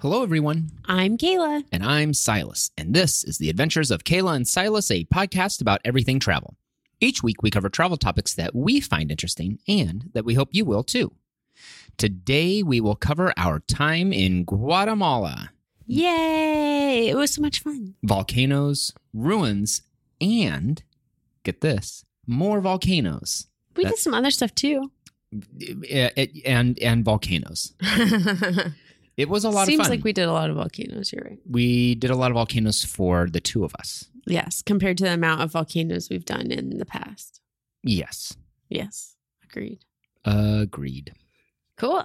Hello, everyone. I'm Kayla. And I'm Silas. And this is The Adventures of Kayla and Silas, a podcast about everything travel. Each week, we cover travel topics that we find interesting and that we hope you will too. Today, we will cover our time in Guatemala Yay! It was so much fun. volcanoes, ruins, and get this more volcanoes We That- did some other stuff too. Eh, eh, and and volcanoes. It was a lot Seems of fun. like we did a lot of volcanoes. You're right. we did a lot of volcanoes for the two of us. Yes, compared to the amount of volcanoes we've done in the past. Yes, Yes, agreed. agreed. Cool.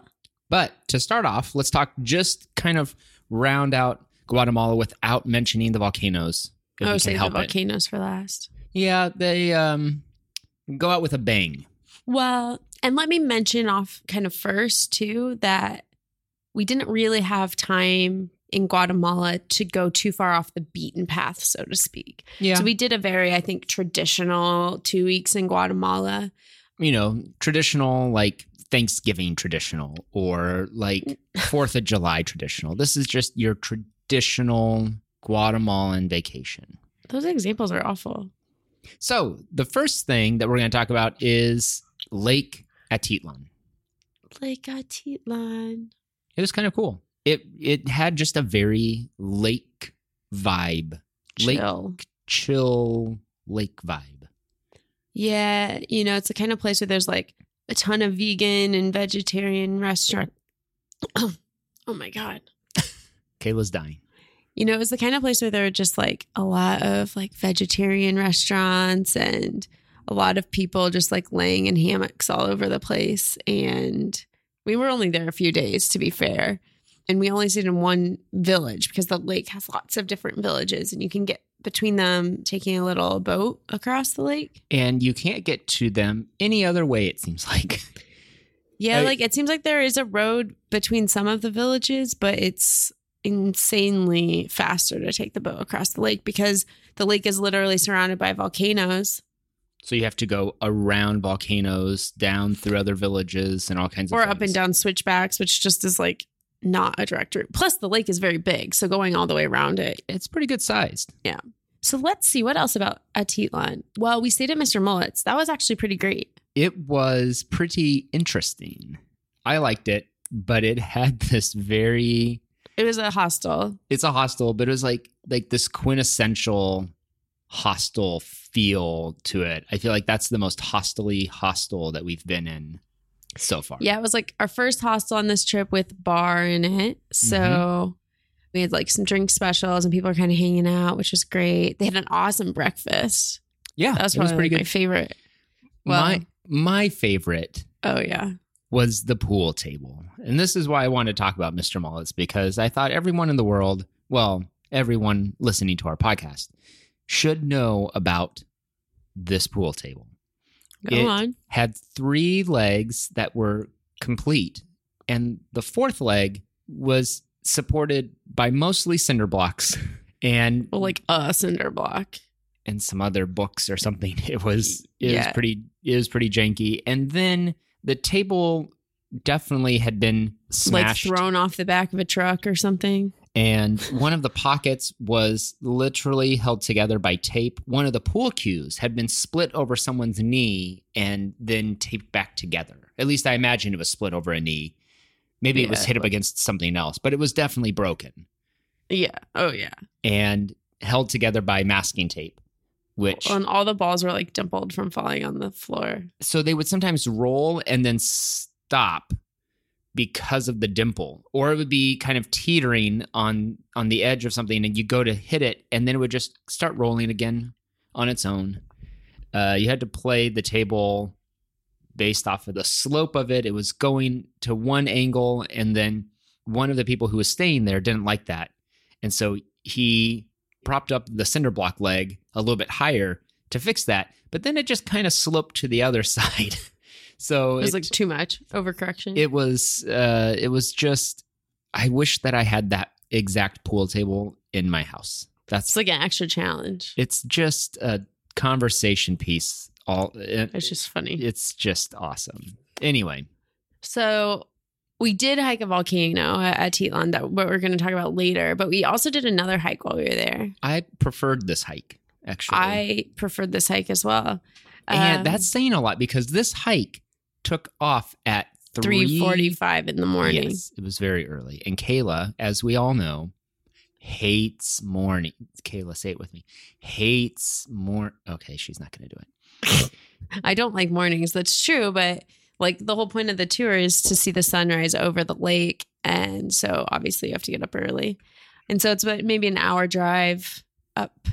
But to start off, let's talk just kind of round out Guatemala without mentioning the volcanoes. if I we was can saying Oh, the help it. volcanoes for last. Yeah, they um, go out with a bang. Well, and let me mention off kind of first too that we didn't really have time in Guatemala to go too far off the beaten path, so to speak. Yeah, So we did a very, I think, traditional two weeks in Guatemala. you know, traditional like Thanksgiving traditional or like Fourth of July traditional. This is just your traditional Guatemalan vacation. Those examples are awful. So the first thing that we're going to talk about is Lake Atitlan. Like a Atitlan. It was kind of cool. It it had just a very lake vibe, Lake. Chill. chill lake vibe. Yeah. You know, it's the kind of place where there's like a ton of vegan and vegetarian restaurant. oh my God. Kayla's dying. You know, it was the kind of place where there were just like a lot of like vegetarian restaurants and a lot of people just like laying in hammocks all over the place. And we were only there a few days, to be fair. And we only stayed in one village because the lake has lots of different villages and you can get between them taking a little boat across the lake. And you can't get to them any other way, it seems like. Yeah, I- like it seems like there is a road between some of the villages, but it's insanely faster to take the boat across the lake because the lake is literally surrounded by volcanoes so you have to go around volcanoes, down through other villages, and all kinds of or things. up and down switchbacks, which just is like not a direct route. Plus, the lake is very big, so going all the way around it. It's pretty good sized. So let's see what else about Atitlan. Well, we stayed at Mr. Mullet's. That was actually pretty great. It was pretty interesting. I liked it, but it had this very It was a hostel. it's a hostel, but it was like like this quintessential hostel feel to it. I feel like that's the most hostily hostel that we've been in so far. Yeah, it was like our first hostel on this trip with bar in it. So Mm-hmm. we had like some drink specials and people were kind of hanging out, which was great. They had an awesome breakfast. yeah, That was Ah, it was probably pretty like, my good. favorite. well- my my favorite Oh yeah. was the pool table, and this is why I wanted to talk about Mr. Mullet's because I thought everyone in the world, well, everyone listening to our podcast, should know about this pool table. Go It- on. had three legs that were complete, and the fourth leg was supported by mostly cinder blocks and Well, like a cinder block. and some other books or something. It was it Yeah. was pretty it was pretty janky. And then the table definitely had been smashed, Like thrown off the back of a truck or something. and one of the pockets was literally held together by tape. One of the pool cues had been split over someone's knee and then taped back together. At least I imagine it was split over a knee. Maybe it was Yeah, hit up against something else, but it was definitely broken Yeah. Oh yeah. and held together by masking tape, which And all the balls were like dimpled from falling on the floor. so they would sometimes roll and then stop because of the dimple or it would be kind of teetering on on the edge of something and you go to hit it and then it would just start rolling again on its own uh, you had to play the table based off of the slope of it it was going to one angle and then one of the people who was staying there didn't like that and so he propped up the cinder block leg a little bit higher to fix that but then it just kind of sloped to the other side so It was like too much overcorrection. it was uh it was just i wish that i had that exact pool table in my house it's that's like an extra challenge. it's just a conversation piece all eh, it- It's just funny. it's just awesome anyway So we did hike a volcano at, at Teton that what we're going to talk about later, but we also did another hike while we were there. I preferred this hike actually. I preferred this hike as well. and Um, that's saying a lot because this hike took off at 3 3:45 in the morning. Yes, it was very early. And Kayla, as we all know, hates morning. Kayla, say it with me. Hates more. Okay, she's not going to do it. I don't like mornings. That's true, but like the whole point of the tour is to see the sunrise over the lake, and so obviously you have to get up early, and so it's about maybe an hour drive up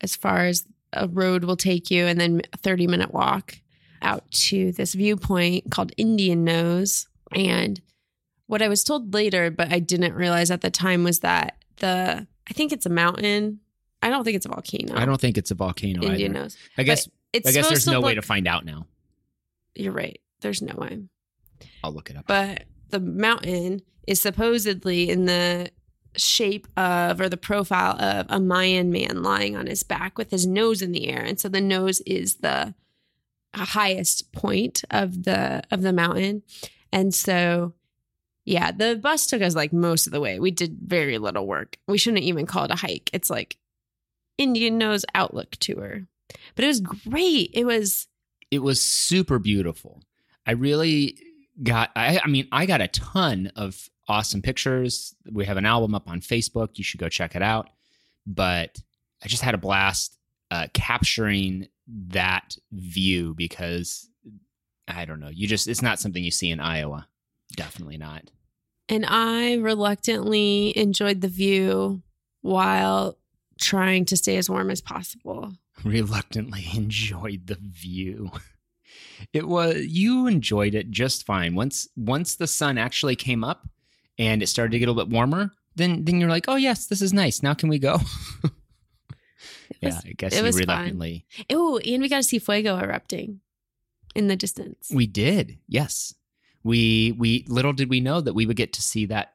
as far as a road will take you, and then a thirty minute walk out to this viewpoint called Indian Nose, and what I was told later, but I didn't realize at the time, was that the I think it's a mountain. I don't think it's a volcano. I don't think it's a volcano. Indian either. Nose. I guess. It's I guess supposed there's no look, way to find out now. You're right. There's no way. I'll look it up. But the mountain is supposedly in the shape of or the profile of a Mayan man lying on his back with his nose in the air. And so the nose is the highest point of the of the mountain. And so yeah, the bus took us like most of the way. We did very little work. We shouldn't even call it a hike. It's like Indian nose outlook tour. But it was great. It was it was super beautiful. I really got I, I mean, I got a ton of awesome pictures. We have an album up on Facebook. You should go check it out. But I just had a blast uh, capturing that view because I don't know. You just it's not something you see in Iowa. Definitely not. And I reluctantly enjoyed the view while trying to stay as warm as possible. reluctantly enjoyed the view. It was you enjoyed it just fine. Once once the sun actually came up and it started to get a little bit warmer, then then you're like, oh yes, this is nice. Now can we go? It yeah, was- I guess it you was fun. reluctantly. oh, and we got to see fuego erupting in the distance. We did. Yes, we we little did we know that we would get to see that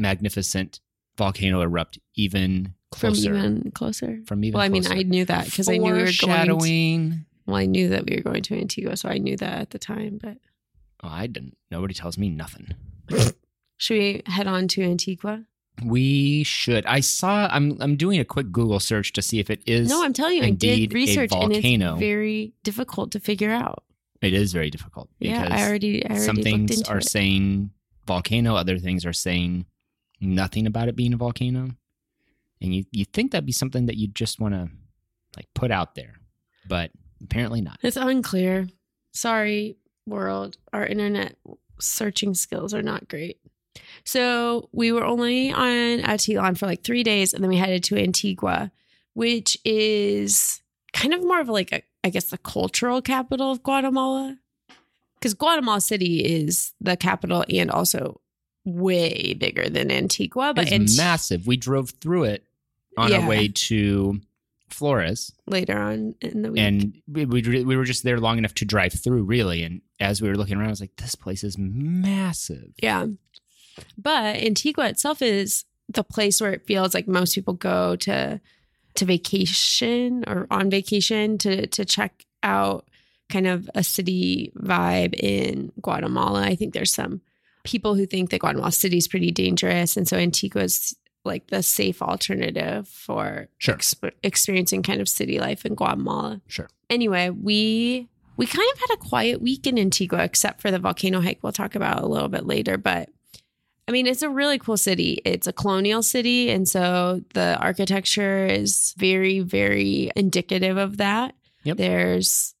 magnificent volcano erupt even from closer. even closer. from even Well, I mean, closer. I knew that because I knew we were going. To, Foreshadowing. well, I knew that we were going to Antigua, so I knew that at the time. But Oh, I didn't. Nobody tells me nothing. should we head on to Antigua? We should. I saw. I'm. I'm doing a quick Google search to see if it is. No, I'm telling you, I indeed did a research, and volcano. it's very difficult to figure out. it is very difficult Yeah, because I already, I already some looked things into are it. saying volcano, other things are saying nothing about it being a volcano, and you you think that'd be something that you just want to like put out there, but apparently not. It's unclear. Sorry, world. Our internet searching skills are not great. So we were only on Atitlan for like three days, and then we headed to Antigua, which is kind of more of like a, I guess, the cultural capital of Guatemala, because Guatemala City is the capital and also way bigger than Antigua. But it's Anti- massive. We drove through it on Yeah. our way to Flores, later on in the week, and we, we we were just there long enough to drive through, really. And as we were looking around, I was like, "This place is massive." Yeah. But Antigua itself is the place where it feels like most people go to to vacation or on vacation to to check out kind of a city vibe in Guatemala. I think there's some people who think that Guatemala City is pretty dangerous and so Antigua's like the safe alternative for Sure. exp- experiencing kind of city life in Guatemala. Sure. Anyway, we we kind of had a quiet week in Antigua, except for the volcano hike we'll talk about a little bit later. But I mean, it's a really cool city. It's a colonial city. And so the architecture is very, very indicative of that. Yep. There's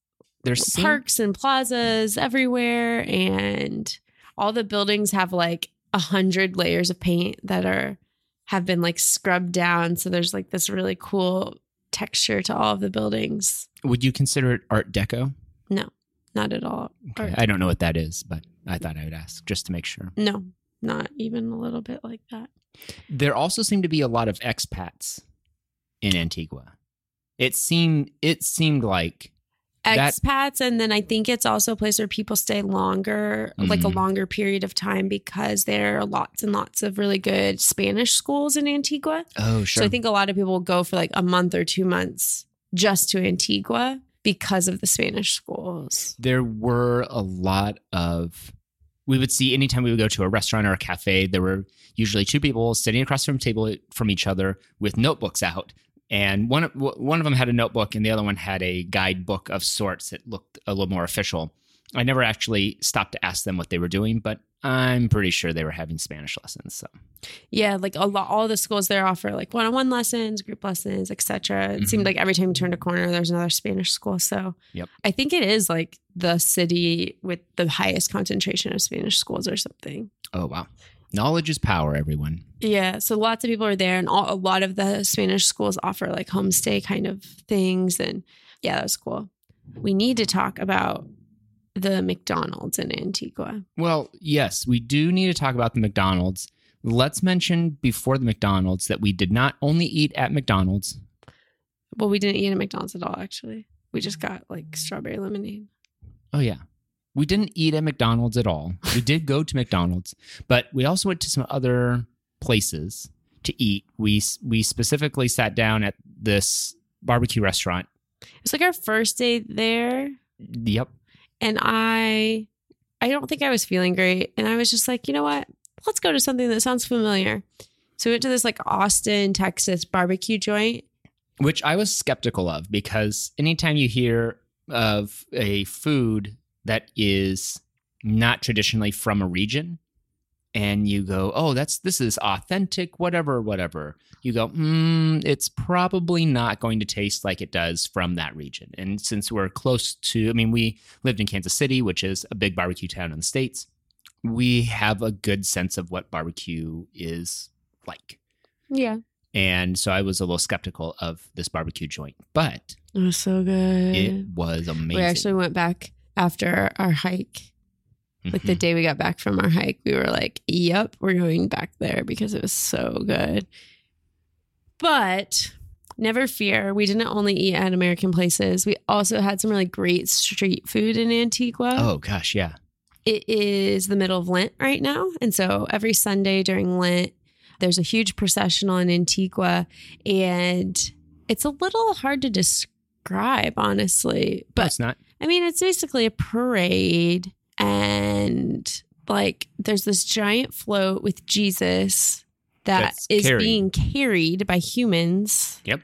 There's seen- parks and plazas everywhere. And all the buildings have like a hundred layers of paint that are have been like scrubbed down. So there's like this really cool texture to all of the buildings. Would you consider it Art Deco? Not at all. Okay, Art I don't know what that is, but I thought I would ask just to make sure. No, not even a little bit like that. There also seemed to be a lot of expats in Antigua. It seemed it seemed like That- Expats, and then I think it's also a place where people stay longer, like a Mhm. longer period of time, because there are lots and lots of really good Spanish schools in Antigua. oh sure So I think a lot of people will go for like a month or two months just to Antigua because of the Spanish schools. there were a lot of we would see anytime we would go to a restaurant or a cafe, there were usually two people sitting across from a table from each other with notebooks out. And one of- one of them had a notebook, and the other one had a guidebook of sorts that looked a little more official. I never actually stopped to ask them what they were doing, but I'm pretty sure they were having Spanish lessons. So Yeah, like a lot, all the schools there offer like one-on-one lessons, group lessons, etc. It Mhm. seemed like every time you turned a corner, there's another Spanish school. So Yep. I think it is like the city with the highest concentration of Spanish schools or something. Oh wow. Knowledge is power, everyone. Yeah, so lots of people are there, and all, a lot of the Spanish schools offer like homestay kind of things, and yeah, that was cool. We need to talk about the McDonald's in Antigua. Well, yes, we do need to talk about the McDonald's. Let's mention before the McDonald's that we did not only eat at McDonald's. Well, we didn't eat at McDonald's at all, actually. We just got like strawberry lemonade. Oh yeah. We didn't eat at McDonald's at all. We did go to McDonald's, but we also went to some other places to eat. We we specifically sat down at this barbecue restaurant. It's like our first day there. Yep. and I I don't think I was feeling great and I was just like, you know what? Let's go to something that sounds familiar. So we went to this like Austin, Texas barbecue joint. which I was skeptical of because anytime you hear of a food that is not traditionally from a region and you go, "Oh, that's this is authentic whatever whatever." You go, "Hmm, it's probably not going to taste like it does from that region." And since we're close to I mean, we lived in Kansas City, which is a big barbecue town in the states. We have a good sense of what barbecue is like. Yeah. And so I was a little skeptical of this barbecue joint, but It was so good. it was amazing. we Uh, actually went back after our hike. Like the Mhm. day we got back from our hike, we were like, yep, we're going back there because it was so good. But never fear, we didn't only eat at American places. We also had some really great street food in Antigua. Oh gosh, yeah. it is the middle of Lent right now. And so every Sunday during Lent, there's a huge processional in Antigua. And it's a little hard to describe, honestly. But But it's not. I mean, it's basically a parade. And like there's this giant float with Jesus that That's is carried. being carried by humans Yep.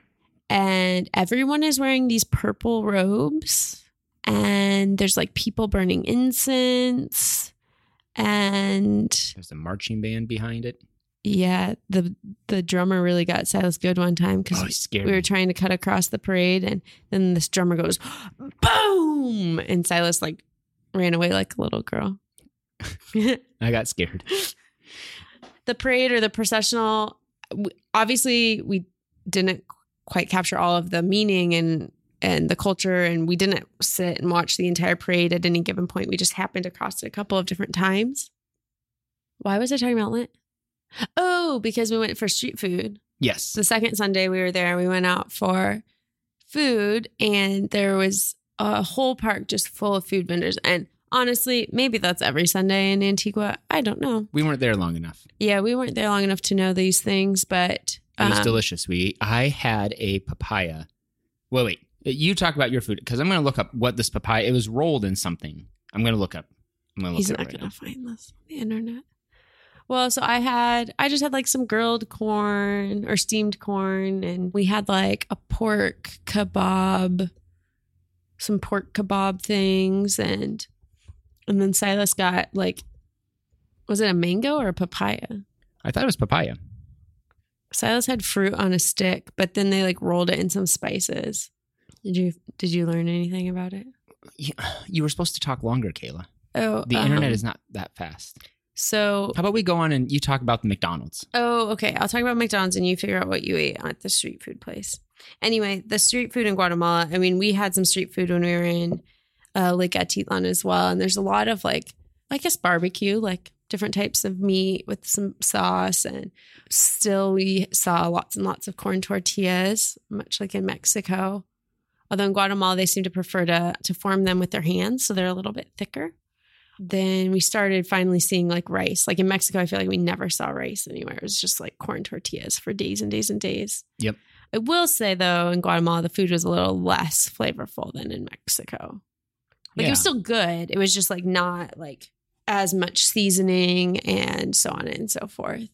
and everyone is wearing these purple robes and there's like people burning incense and There's a marching band behind it. yeah the the drummer really got Silas good one time Oh, cuz it's scary. we were trying to cut across the parade and then this drummer goes boom and Silas like ran away like a little girl I got scared. the parade or the processional w- obviously we didn't quite capture all of the meaning and and the culture and we didn't sit and watch the entire parade at any given point we just happened across it a couple of different times why was i talking about lent oh because we went for street food Yes. the second sunday we were there and we went out for food and there was a whole park just full of food vendors and honestly maybe that's every sunday in antigua i don't know We weren't there long enough. yeah, we weren't there long enough to know these things, but It was um, delicious. We I had a papaya. Wait, wait. Uh, You talk about your food because I'm going to look up what this papaya. It was rolled in something. I'm going to look up. I'm going to look he's it up not right gonna now. find this on the internet. Well, so I had I just had like some grilled corn or steamed corn, and we had like a pork kebab, some pork kebab things, and and then Silas got like, was it a mango or a papaya? I thought it was papaya. Silas had fruit on a stick, but then they like rolled it in some spices. Did you did you learn anything about it? You, you were supposed to talk longer, Kayla. Oh, The internet um, is not that fast. so How about we go on and you talk about the McDonald's? Oh, okay. I'll talk about McDonald's and you figure out what you ate at the street food place. Anyway, the street food in Guatemala, I mean, we had some street food when we were in uh, Lake Atitlan as well. And there's a lot of like, I guess barbecue, like different types of meat with some sauce. And still, we saw lots and lots of corn tortillas, much like in Mexico. Although in Guatemala, they seem to prefer to, to form them with their hands. So they're a little bit thicker then we started finally seeing like rice. Like in Mexico, I feel like we never saw rice anywhere. It was just like corn tortillas for days and days and days. Yep. I will say though, in Guatemala, the food was a little less flavorful than in Mexico. Like it was Yeah. still good. It was just like not like as much seasoning and so on and so forth.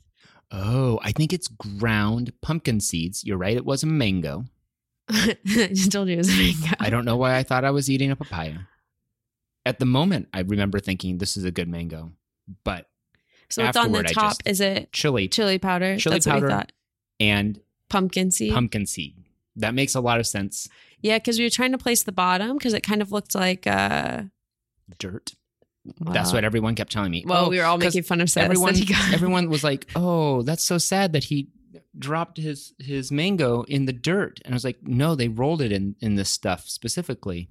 Oh, I think it's ground pumpkin seeds. You're right. It was a mango. I just told you it was a mango. I don't know why I thought I was eating a papaya. At the moment, I remember thinking this is a good mango, but So it's on the afterward, I top. just- Is it chili chili powder? Chili That's powder. what I thought. and Pumpkin seed. pumpkin seed. That makes a lot of sense. yeah, because we were trying to place the bottom because it kind of looked like. Uh, Dirt. That's well- what everyone kept telling me. Well, Oh, we were all 'cause making fun of Seth. everyone, that he got- everyone was like, "Oh, that's so sad that he dropped his his mango in the dirt." And I was like, "No, they rolled it in in this stuff specifically."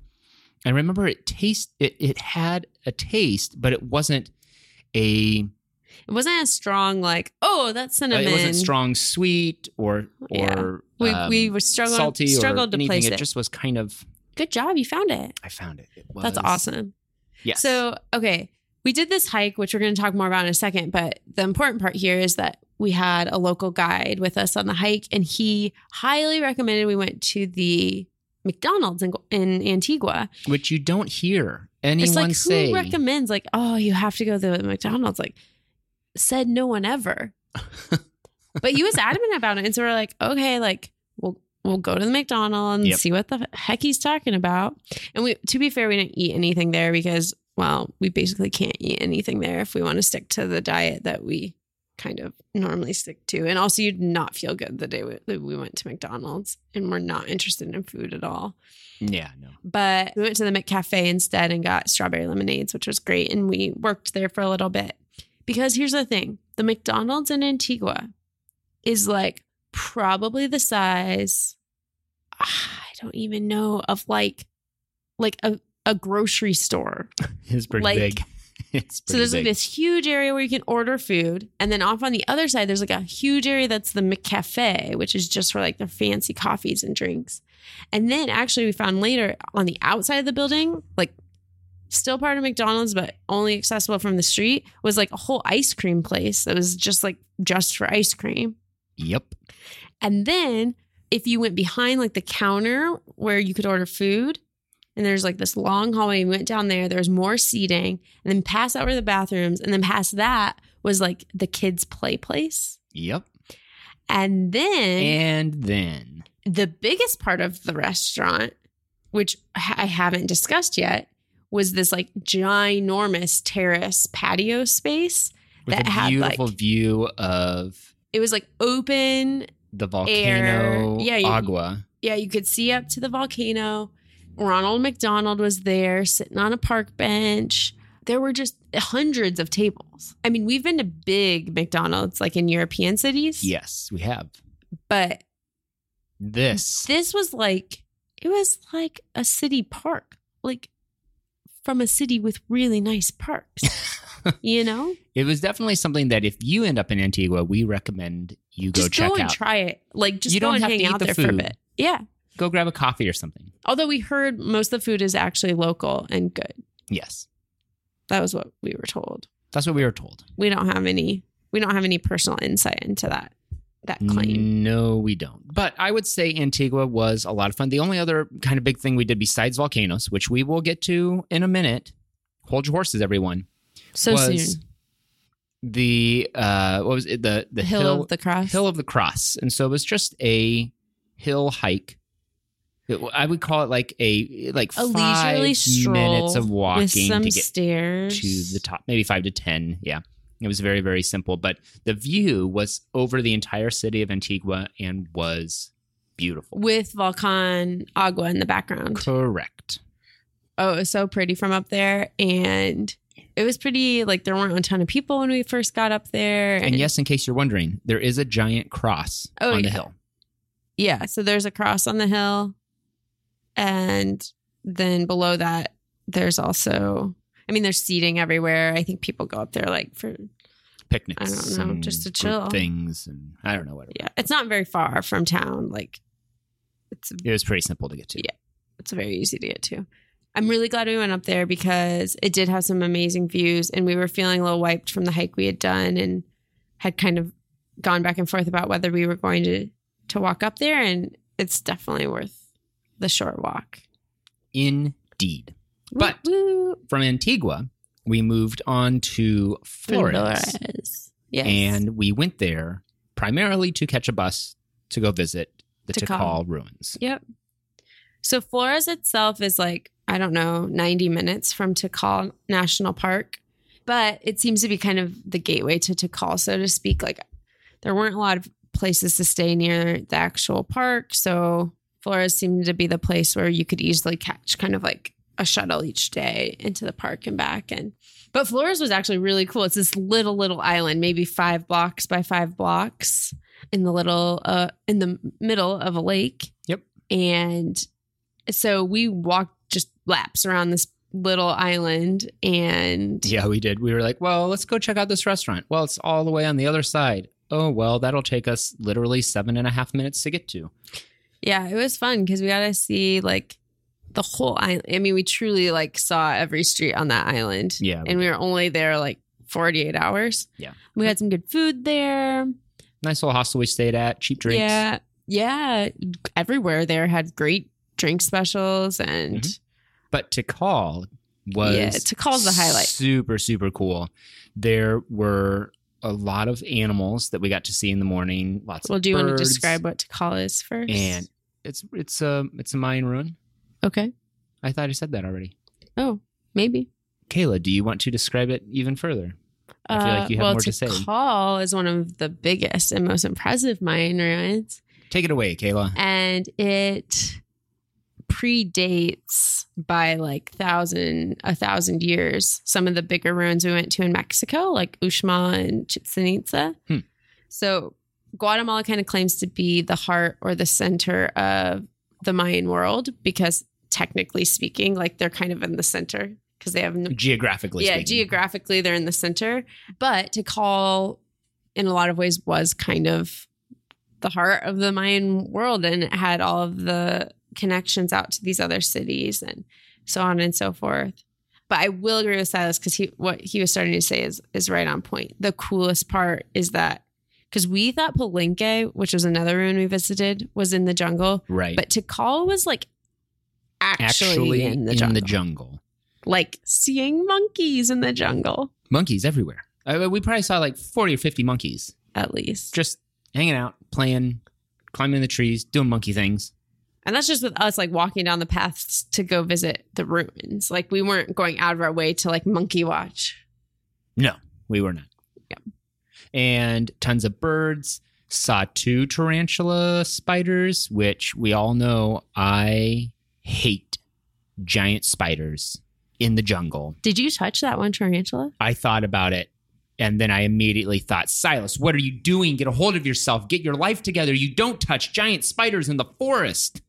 And remember, it taste it it had a taste, but it wasn't a uh, It wasn't as strong, like, oh, that's cinnamon. it wasn't strong sweet or Yeah. or We, um, we were struggling, salty struggled or to anything. place it. it just was kind of. Good job. You found it. I found it. It was That's awesome. Yes. So, okay, we did this hike, which we're going to talk more about in a second. But the important part here is that we had a local guide with us on the hike, and he highly recommended we went to the McDonald's in, in Antigua. which you don't hear anyone it's like, say. who recommends, like, oh, you have to go to the McDonald's? Like, said no one ever. but he was adamant about it. And so we're like, okay, like, we'll, we'll go to the McDonald's and Yep. see what the heck he's talking about. And we, to be fair, we didn't eat anything there because, well, we basically can't eat anything there if we want to stick to the diet that we kind of normally stick to. And also, you'd not feel good the day we, that we went to McDonald's and we're not interested in food at all. yeah. No. But we went to the McCafe instead and got strawberry lemonades, which was great. And we worked there for a little bit. Because here's the thing the McDonald's in Antigua is like probably the size, ah, I don't even know, of like like a, a grocery store. It's pretty Like- big. It's pretty so there's big. like this huge area where you can order food. And then off on the other side, there's like a huge area that's the McCafe, which is just for like their fancy coffees and drinks. And then actually, we found later on the outside of the building, like still part of McDonald's, but only accessible from the street, was like a whole ice cream place that was just like just for ice cream. Yep. And then if you went behind like the counter where you could order food, and there's like this long hallway, we went down there, there was more seating, and then past that were the bathrooms, and then past that was like the kids' play place. Yep. And then And then the biggest part of the restaurant, which ha- I haven't discussed yet, was this like ginormous terrace patio space. with That a had, beautiful like- view of It was like open the volcano Yeah, you- agua. Yeah, you could see up to the volcano. Ronald McDonald was there sitting on a park bench. There were just hundreds of tables. I mean, we've been to big McDonald's like in European cities. Yes, we have But this. this was like, it was like a city park, like from a city with really nice parks, you know? It was definitely something that if you end up in Antigua, we recommend you go just check go and out. try it. Like, just You go don't and have to hang eat out the there for a food. bit. Yeah. go grab a coffee or something. Although we heard most of the food is actually local and good. Yes, That was what we were told. that's what we were told. we don't have any we don't have any personal insight into that that Mm, claim. No, we don't. But I would say Antigua was a lot of fun. The only other kind of big thing we did besides volcanoes, which we will get to in a minute, hold your horses, everyone. So was soon. the uh what was it the the The hill, hill, of the cross. hill of the cross and so it was just a hill hike It- i would call it like a like A five leisurely stroll minutes of walking with some to get stairs. to the top maybe five to ten yeah it was very very simple but the view was over the entire city of antigua and was beautiful with Volcan Agua in the background. correct Oh, it was so pretty from up there. And it was pretty like there weren't a ton of people when we first got up there. and yes in case you're wondering there is a giant cross Oh, on the yeah. hill Yeah. So there's a cross on the hill. And then below that, there's also I mean, there's seating everywhere. I think people go up there like for picnics I don't know, and just to group chill. things and i don't know what it yeah it's not very far from town like it's It was pretty simple to get to. Yeah. it's very easy to get to i'm really glad we went up there because it did have some amazing views and we were feeling a little wiped from the hike we had done and had kind of gone back and forth about whether we were going to to walk up there and it's definitely worth the short walk Indeed. But- Woo, woo. From Antigua, we moved on to Florence. Flores. Yes. And we went there primarily to catch a bus to go visit the Tikal. Tikal ruins. Yep. So Flores itself is like, I don't know, 90 minutes from Tikal National Park, but it seems to be kind of the gateway to Tikal, so to speak. Like there weren't a lot of places to stay near the actual park. So Flores seemed to be the place where you could easily catch kind of like a shuttle each day into the park and back. And but Flores was actually really cool. It's this little, little island, maybe five blocks by five blocks in the little uh in the middle of a lake. And so we walked just laps around this little island and Yeah, we did. We were like, well, let's go check out this restaurant. Well, it's all the way on the other side. Oh, well, that'll take us literally seven and a half minutes to get to. yeah, it was fun because we got to see like the whole island. I mean, we truly like saw every street on that island. Yeah. And we were only there like 48 hours. Yeah. We had some good food there. nice little hostel we stayed at, cheap drinks. Yeah. Yeah. Everywhere there had great drink specials and Mm-hmm. But Tikal was Yeah, Tikal's the highlight. Super, super cool. There were a lot of animals that we got to see in the morning. Lots well, of do you want to birds, describe what Tikal is first? and it's it's a it's a Mayan ruin. okay. I thought I said that already. Oh, maybe. Kayla, do you want to describe it even further? I feel like you have Uh, well, more to say. Tikal is one of the biggest and most impressive Mayan ruins, Take it away, Kayla. and it predates by like thousand a thousand years some of the bigger ruins we went to in Mexico, like Uxmal and Chichen Itza. Hmm. So Guatemala kind of claims to be the heart or the center of the Mayan world because technically speaking, like they're kind of in the center because they have no, Geographically yeah, speaking. geographically they're in the center, but to call in a lot of ways was kind of the heart of the Mayan world and it had all of the connections out to these other cities and so on and so forth. But I will agree with Silas because he what he was starting to say is is right on point. The coolest part is that because we thought Palenque, which was another ruin we visited, was in the jungle, Right. but Tikal was like actually, actually in the jungle jungle. like seeing monkeys in the jungle, Monkeys everywhere. I mean, we probably saw like 40 or 50 monkeys at least. just hanging out, playing, climbing the trees, doing monkey things. And that's just with us like walking down the paths to go visit the ruins. Like we weren't going out of our way to like monkey watch. We were not. Yeah. And tons of birds. Saw two tarantula spiders, which we all know I hate giant spiders in the jungle. Did you touch that one tarantula? I thought about it. And then I immediately thought, Silas, what are you doing? Get a hold of yourself. Get your life together. You don't touch giant spiders in the forest.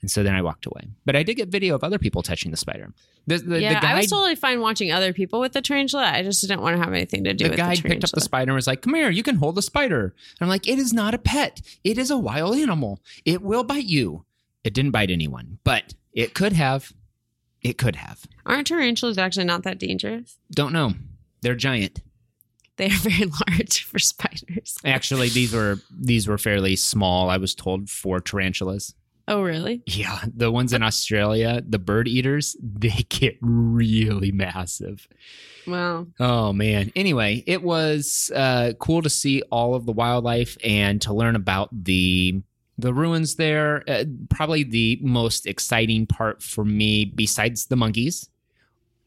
And so then I walked away. But I did get video of other people touching the spider. The, the, yeah, the guide, I was totally fine watching other people with the tarantula. I just didn't want to have anything to do the with guide the tarantula. picked up the spider and was like, Come here, you can hold the spider. And I'm like, It is not a pet. It is a wild animal. It will bite you. It didn't bite anyone, but it could have. It could have. Aren't tarantulas actually not that dangerous? Don't know. They're giant. They are very large for spiders. Actually, these were these were fairly small. I was told for tarantulas. Oh, really? Yeah, the ones in Australia, the bird eaters, they get really massive. Wow. Oh man. Anyway, it was uh, cool to see all of the wildlife and to learn about the the ruins there. Uh, probably the most exciting part for me, besides the monkeys,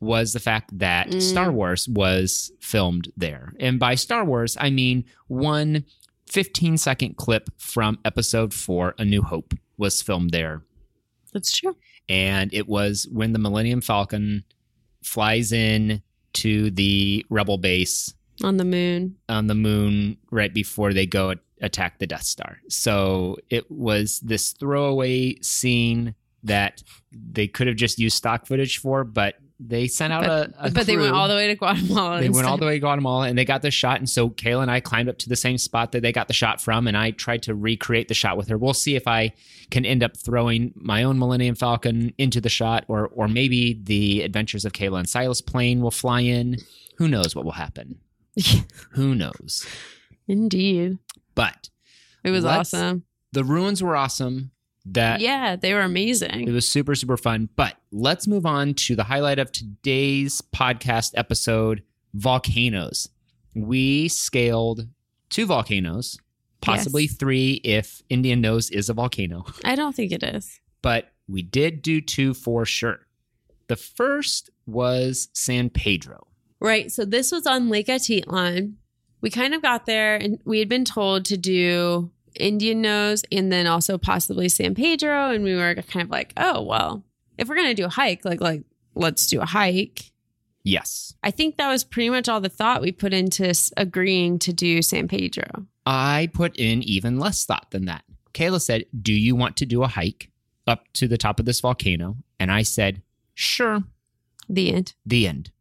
was the fact that Mm. Star Wars was filmed there. And by Star Wars, I mean one 15 second clip from Episode Four, A New Hope, was filmed there That's true. and it was when the Millennium Falcon flies in to the Rebel base On the moon. on the moon right before they go attack the Death Star. So it was this throwaway scene that they could have just used stock footage for, but they sent out a, a but they went all the way to Guatemala. Uh, they went all the way to Guatemala and they got the shot. And so Kayla and I climbed up to the same spot that they got the shot from, and I tried to recreate the shot with her. We'll see if I can end up throwing my own Millennium Falcon into the shot, or or maybe the Adventures of Kayla and Silas plane will fly in. Who knows what will happen? way. Who knows? Indeed. But It was Let's- awesome. the ruins were awesome. That yeah, they were it amazing. was super, super fun. But let's move on to the highlight of today's podcast episode volcanoes. We scaled two volcanoes, possibly Yes. three if Indian Nose is a volcano, I don't think it is. but we did do two for sure. The first was San Pedro. Right. So this was on Lake Atitlan. We kind of got there and we had been told to do Indian Nose and then also possibly San Pedro. And we were kind of like, oh, well, if we're going to do a hike, like, like, let's do a hike. Yes. I think that was pretty much all the thought we put into s- agreeing to do San Pedro. I put in even less thought than that. Kayla said, Do you want to do a hike up to the top of this volcano? And I said, Sure. The end. The end.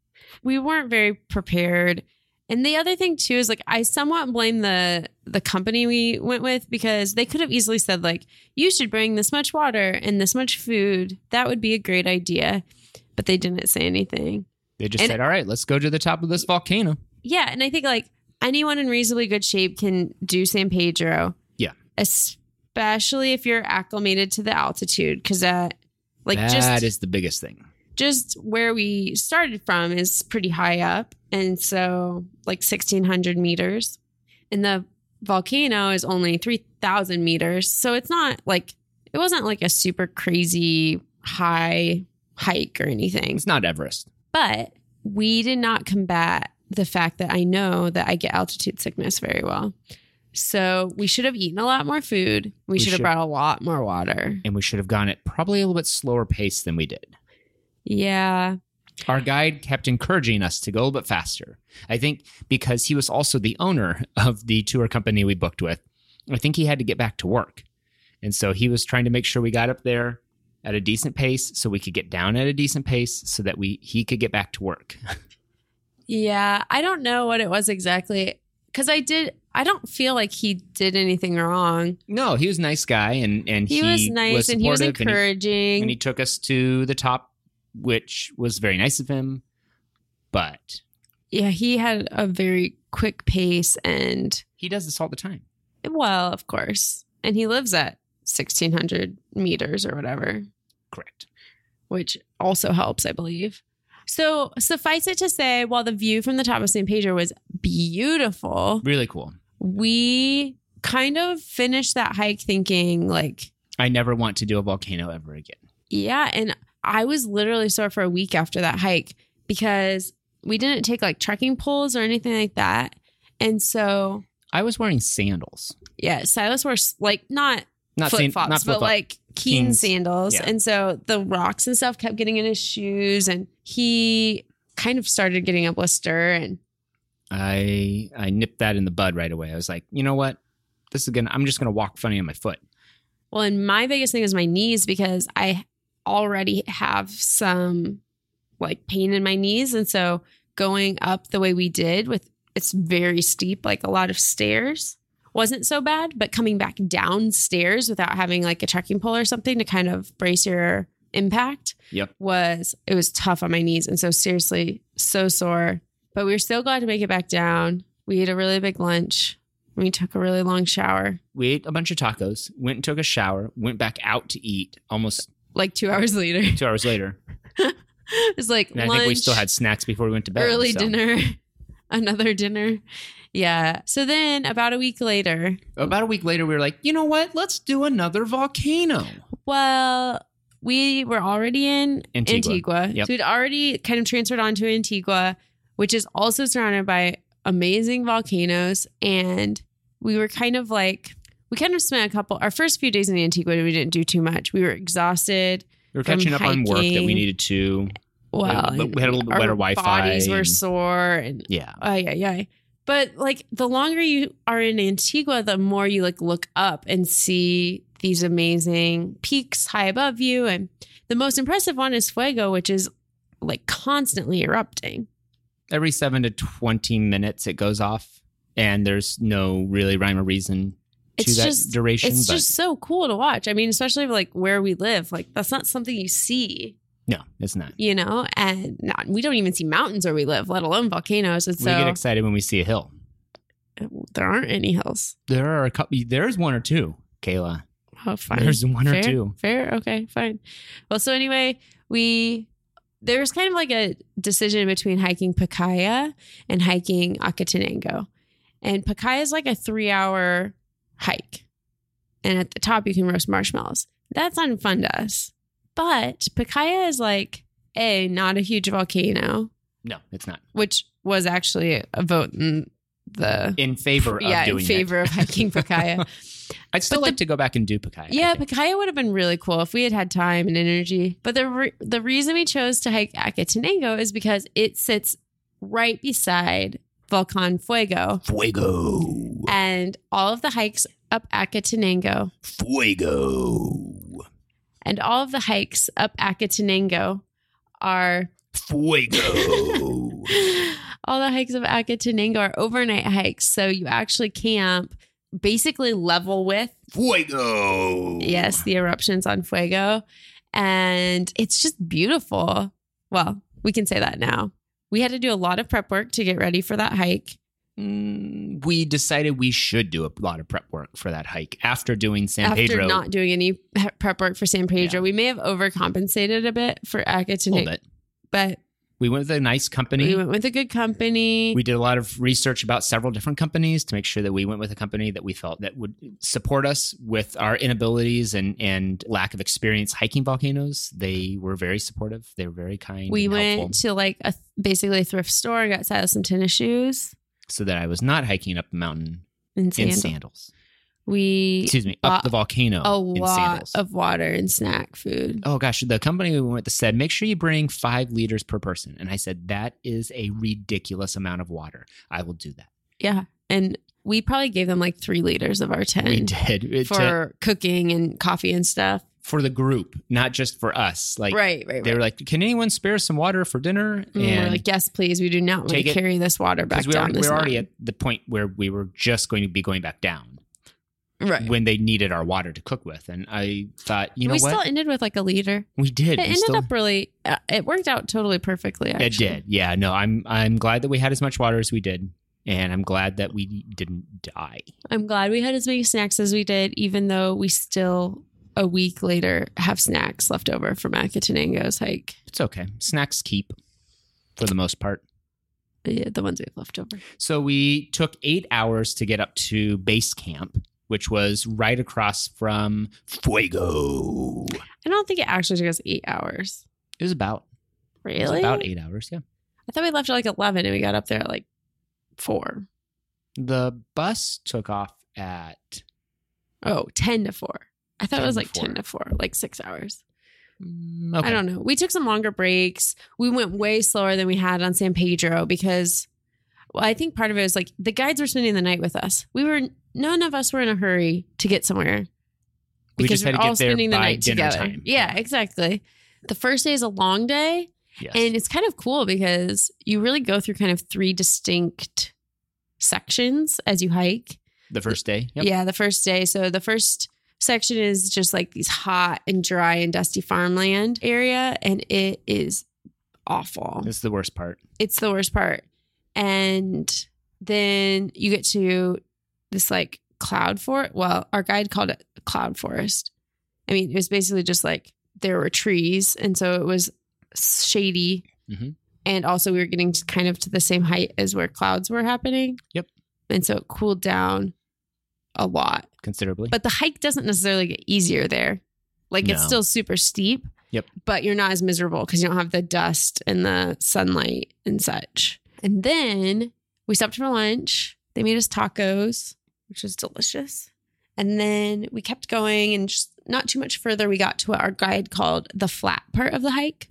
we weren't very prepared. And the other thing too is like I somewhat blame the the company we went with because they could have easily said like you should bring this much water and this much food. That would be a great idea. But they didn't say anything. They just And- said, "All right, let's go to the top of this volcano." Yeah, and I think like anyone in reasonably good shape can do San Pedro. Yeah. Especially if you're acclimated to the altitude cuz that like That is just the biggest thing. just where we started from is pretty high up. And so, like 1600 meters. And the volcano is only 3000 meters. So, it's not like it wasn't like a super crazy high hike or anything. It's not Everest. But we did not combat the fact that I know that I get altitude sickness very well. So, we should have eaten a lot more food. We, We should have should. brought a lot more water. And we should have gone at probably a little bit slower pace than we did. Yeah. Our guide kept encouraging us to go a little bit faster. I think because he was also the owner of the tour company we booked with, I think he had to get back to work. And so he was trying to make sure we got up there at a decent pace so we could get down at a decent pace so that we he could get back to work. Yeah, I don't know what it was exactly because I did. I don't feel like he did anything wrong. No, he was a nice guy and and He, was nice and he was supportive and he- encouraging. and he took us to the top, which was very nice of him. But yeah, he had a very quick pace, and he does this all the time. well, of course, and he lives at sixteen hundred meters or whatever, Correct. which also helps, I believe. So suffice it to say, while the view from the top of San Pedro was beautiful, Really cool. we kind of finished that hike thinking like I never want to do a volcano ever again. Yeah. And I was literally sore for a week after that hike because we didn't take like trekking poles or anything like that. And so, I was wearing sandals, yeah, Silas wore s- like not, not flip san- flops, not but flip-flop. like keen Keens. sandals. Yeah. And so the rocks and stuff kept getting in his shoes and he kind of started getting a blister. And I I nipped that in the bud right away. I was like, you know what? This is gonna. I'm just gonna walk funny on my foot. well, and my biggest thing is my knees because I already have some like pain in my knees. And so going up the way we did with it's very steep, like a lot of stairs, wasn't so bad. But coming back downstairs without having like a trekking pole or something to kind of brace your impact Yep. was it was tough on my knees. And so seriously, so sore. But we were so glad to make it back down. We ate a really big lunch. We took a really long shower, We ate a bunch of tacos, went and took a shower, went back out to eat. Almost like two hours later. two hours later, it was like and I lunch, think we still had snacks before we went to bed. early so- dinner, another dinner. Yeah. So then about a week later, About a week later, we were like, you know what? Let's do another volcano. well, we were already in Antigua. Antigua. Yep. So we'd already kind of transferred onto Antigua, which is also surrounded by amazing volcanoes. And we were kind of like, we kind of spent a couple, our first few days in Antigua, we didn't do too much. We were exhausted. We were From catching up on work that we hiking. needed to. Well, but we had a little bit our better Wi-Fi Bodies were and- sore and Yeah. Ay, ay, ay. But like the longer you are in Antigua, the more you like look up and see these amazing peaks high above you. And the most impressive one is Fuego, which is like constantly erupting. Every seven to 20 minutes, it goes off, and there's no really rhyme or reason to It's that just duration. it's but just so cool to watch. I mean, especially like where we live, like that's not something you see, no, it's not. you know. And not, we don't even see mountains where we live, let alone volcanoes. And we get so excited when we see a hill. there aren't any hills. There are a couple, there's one or two, Kayla. Oh, fine. There's one or Fair. two. Fair. Okay, fine. Well, so anyway, we there was kind of like a decision between hiking Pacaya and hiking Akatenango. And Pacaya is like a three hour hike. And at the top, you can roast marshmallows. That's unfun to us. But Pacaya is like, A, not a huge volcano, No, it's not which was actually a vote in the. in favor of yeah, doing in favor it. of hiking Pacaya. I'd still But the- like to go back and do Pacaya. I Yeah, think. Pacaya would have been really cool if we had had time and energy. But the re- the reason we chose to hike Akatenango is because it sits right beside Volcan Fuego, Fuego, and all of the hikes up Akatenango fuego, and all of the hikes up Akatenango are fuego. all the hikes of Akatenango are overnight hikes, so you actually camp basically level with Fuego. Yes, the eruptions on Fuego. And it's just beautiful. Well, we can say that now. We had to do a lot of prep work to get ready for that hike. Mm, we decided we should do a lot of prep work for that hike after doing San After Pedro. not doing any he- prep work for San Pedro, Yeah. we may have overcompensated a bit for a little Akatenango, bit. but We went with a nice we company. We, went with a good company. did a lot of research about several different companies to make sure that we went with a company that we felt that would support us with our inabilities and, and lack of experience hiking volcanoes. They were very supportive. They were very kind. We and went helpful. to like a basically a thrift store and got Silas some tennis shoes so that I was not hiking up the mountain and sandals. in sandals. We Excuse me, up bought the volcano a in lot sandals. of water and snack food. oh gosh, the company we went to said, make sure you bring five liters per person. And I said, that is a ridiculous amount of water. I will do that. Yeah. And we probably gave them like three liters of our 10 we did it for to- cooking and coffee and stuff. for the group, not just for us. Like right, right, they right. were like, can anyone spare some water for dinner? And Mm, we're like, yes, please. We do not want to Take it- carry this water back because we down already, this we're already at mountain. the point where we were just going to be going back down right. when they needed our water to cook with, and I thought, you know we what, still ended with like a liter. we did. It we ended still, up really. Uh, it worked out totally perfectly. Actually. It did. Yeah. No, I'm I'm glad that we had as much water as we did. And I'm glad that we didn't die. I'm glad we had as many snacks as we did, even though we still a week later have snacks left over from Akatenango's hike. It's okay. Snacks keep for the most part. Uh, Yeah, the ones we have left over. So we took eight hours to get up to base camp, which was right across from Fuego. I don't think it actually took us eight hours. It was about Really? it was about eight hours, yeah. I thought we left at like 11 and we got up there at like four. The bus took off at Oh, 10 to four. I thought 10 it was to like 10 four. to four, like six hours. mm, okay. I don't know. We took some longer breaks. We went way slower than we had on San Pedro because, well, I think part of it is like the guides were spending the night with us. We were, none of us were in a hurry to get somewhere. We just had to we're get all there spending by dinner time. Yeah, exactly. The first day is a long day. Yes. And it's kind of cool because you really go through kind of three distinct sections as you hike. the first day. Yep. Yeah, the first day. So the first section is just like these hot and dry and dusty farmland area, and it is awful. That's the worst part. It's the worst part. And then you get to this like cloud fort. Well, our guide called it cloud forest. I mean, it was basically just like there were trees, and so it was shady. Mhm. And also, we were getting to kind of to the same height as where clouds were happening. Yep. And so it cooled down a lot. Considerably. But the hike doesn't necessarily get easier there. Like it's No. still super steep. Yep. But you're not as miserable because you don't have the dust and the sunlight and such. And then we stopped for lunch. They made us tacos, which was delicious. And then we kept going and just not too much further. We got to what our guide called the flat part of the hike,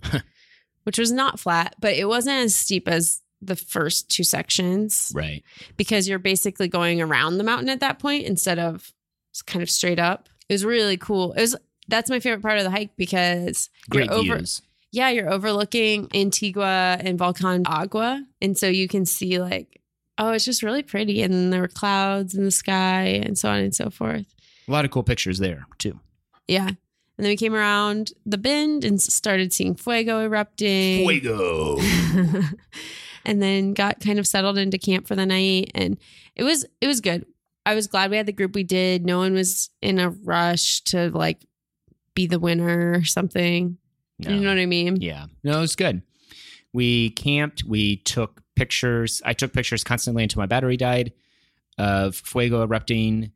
which was not flat, but it wasn't as steep as the first two sections right. because you're basically going around the mountain at that point instead of s- kind of straight up. It was really cool. It was that's my favorite part of the hike because Great you're over views. yeah, you're overlooking Antigua and Volcan Agua. And so you can see like, oh, it's just really pretty. And then there were clouds in the sky and so on and so forth. A lot of cool pictures there too. Yeah. And then we came around the bend and s- started seeing fuego erupting. Fuego. and then got kind of settled into camp for the night and it was it was good I was glad we had the group we did. No one was in a rush to like be the winner or something. No. You know what I mean? Yeah. No, it was good. We camped. We took pictures. I took pictures constantly until my battery died of fuego erupting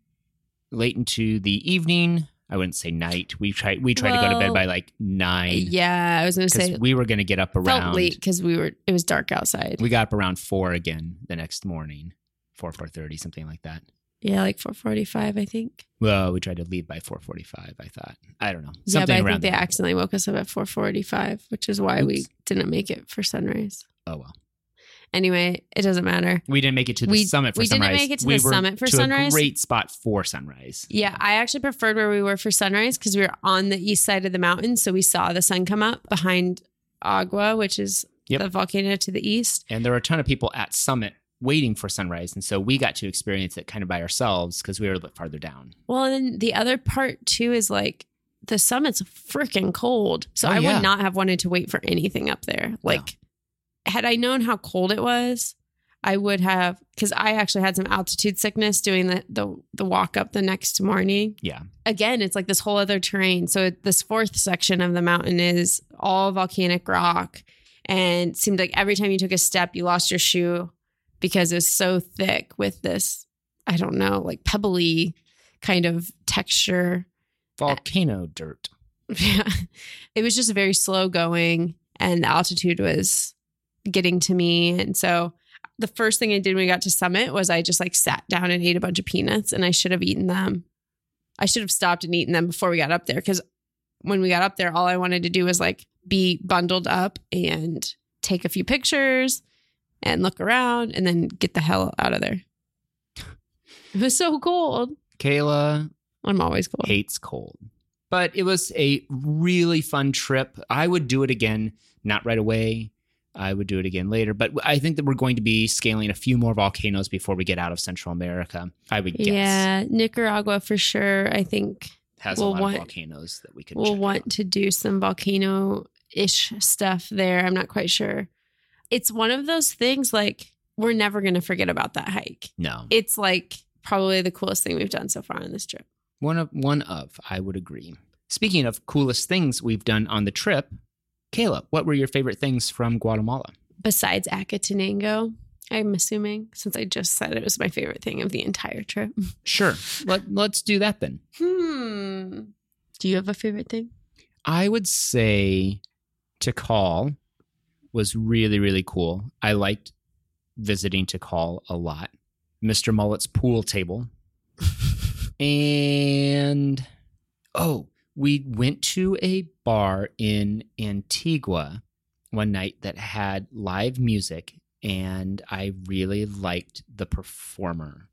late into the evening. I wouldn't say night. We tried. We tried to go to bed Well, by like nine Yeah, I was gonna because say we were going to get up felt around. late because we were it was dark outside. We got up around four again the next morning, four four thirty something like that. yeah, like four forty five, I think. Well, we tried to leave by four forty five. I thought. I don't know. yeah, but Something I around. think they there. accidentally woke us up at four forty five, which is why we Oops. didn't make it for sunrise. oh well. Anyway, it doesn't matter. We didn't make it to the We- summit for we didn't sunrise. make it to we the were summit for to sunrise. A great spot for sunrise. Yeah, I actually preferred where we were for sunrise because we were on the east side of the mountain. So we saw the sun come up behind Agua, which is Yep. the volcano to the east. and there were a ton of people at summit waiting for sunrise and so we got to experience it kind of by ourselves because we were a little farther down Well, and then the other part too is like the summit's freaking cold. So Oh, I yeah. would not have wanted to wait for anything up there. Like, had I known how cold it was, I would have because I actually had some altitude sickness doing the, the the walk up the next morning. Yeah. Again, it's like this whole other terrain. So it- this fourth section of the mountain is all volcanic rock, and it seemed like every time you took a step, you lost your shoe because it was so thick with this I don't know like pebbly kind of texture. volcano dirt Yeah. It was just very slow going and the altitude was getting to me. And so the first thing I did when we got to summit was I just like sat down and ate a bunch of peanuts and I should have eaten them. I should have stopped and eaten them before we got up there because when we got up there, all I wanted to do was like be bundled up and take a few pictures and look around and then get the hell out of there. It was so cold. kayla I'm always cold. hates cold but it was a really fun trip i would do it again not right away i would do it again later but i think that we're going to be scaling a few more volcanoes before we get out of central america i would guess Yeah, Nicaragua for sure. I think has a We'll lot want- of volcanoes that we could we'll check want out. to do some volcano ish stuff there. I'm not quite sure. It's one of those things like we're never going to forget about that hike. no It's like probably the coolest thing we've done so far on this trip. One of one of, I would agree. Speaking of coolest things we've done on the trip, Caleb, what were your favorite things from Guatemala? Besides Acatenango, I'm assuming, since I just said it was my favorite thing of the entire trip. Sure. Let, let's do that then. Hmm. Do you have a favorite thing? I would say Tikal was really, really cool. I liked visiting Tikal a lot. Mr. Mullet's pool table. and oh, we went to a bar in Antigua one night that had live music, and I really liked the performer.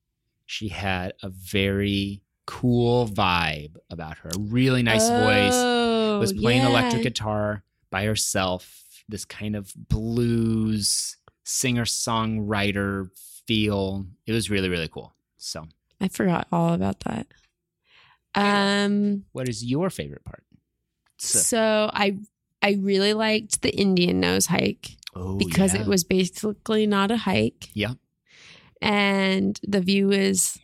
She had a very cool vibe about her, really nice voice Oh, was playing electric yeah. guitar by herself, this kind of blues singer songwriter feel. It was really, really cool. So, I forgot all about that. Um. what is your favorite part? So, I I really liked the Indian nose hike oh, because yeah. it was basically not a hike. Yeah. And the view is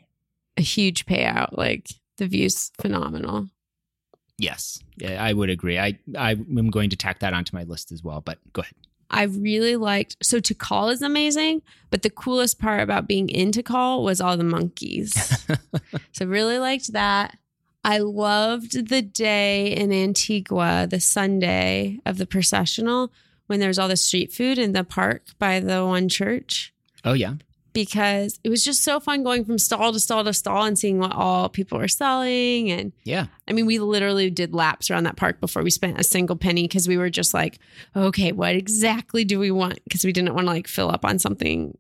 a huge payout. Like the view's phenomenal. Yes, yeah, I would agree. I, I am going to tack that onto my list as well, but go ahead. I really liked so Tikal is amazing, but the coolest part about being in Tikal was all the monkeys. so really liked that. I loved the day in Antigua, the Sunday of the processional, when there was all the street food in the park by the one church. Oh, yeah. because it was just so fun going from stall to stall to stall and seeing what all people were selling. And Yeah. I mean, we literally did laps around that park before we spent a single penny because we were just like, okay, what exactly do we want? Because we didn't want to like fill up on something.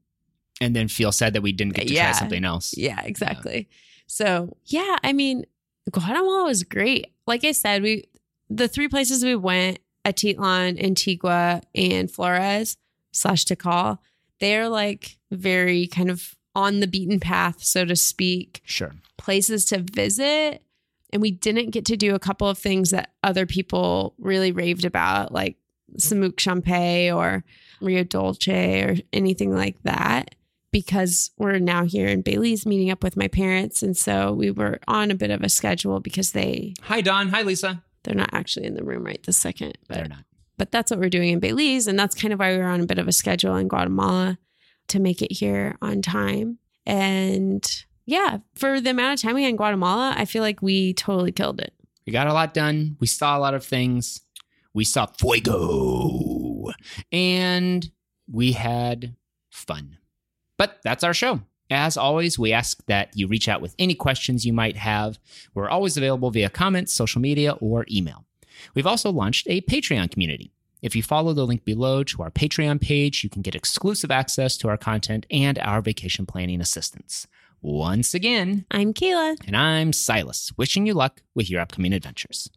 And then feel sad that we didn't get to Yeah. try something else. Yeah, exactly. So, yeah, I mean, Guatemala was great. Like I said, we, the three places we went, Atitlan, Antigua, and Flores slash Tikal, they're like very kind of on the beaten path, so to speak Sure. places to visit. And we didn't get to do a couple of things that other people really raved about, like Samuk Champay or Rio Dolce or anything like that, because we're now here and Bailey's meeting up with my parents. And so we were on a bit of a schedule because they Hi, Don. Hi, Lisa. they're not actually in the room right this second. But They're not. but that's what we're doing in Belize. And that's kind of why we were on a bit of a schedule in Guatemala to make it here on time. And yeah, for the amount of time we had in Guatemala, I feel like we totally killed it. We got a lot done. We saw a lot of things. We saw fuego and we had fun. But that's our show. As always, we ask that you reach out with any questions you might have. We're always available via comments, social media, or email. We've also launched a Patreon community. If you follow the link below to our Patreon page, you can get exclusive access to our content and our vacation planning assistance. Once again, I'm Kayla. and I'm Silas, wishing you luck with your upcoming adventures.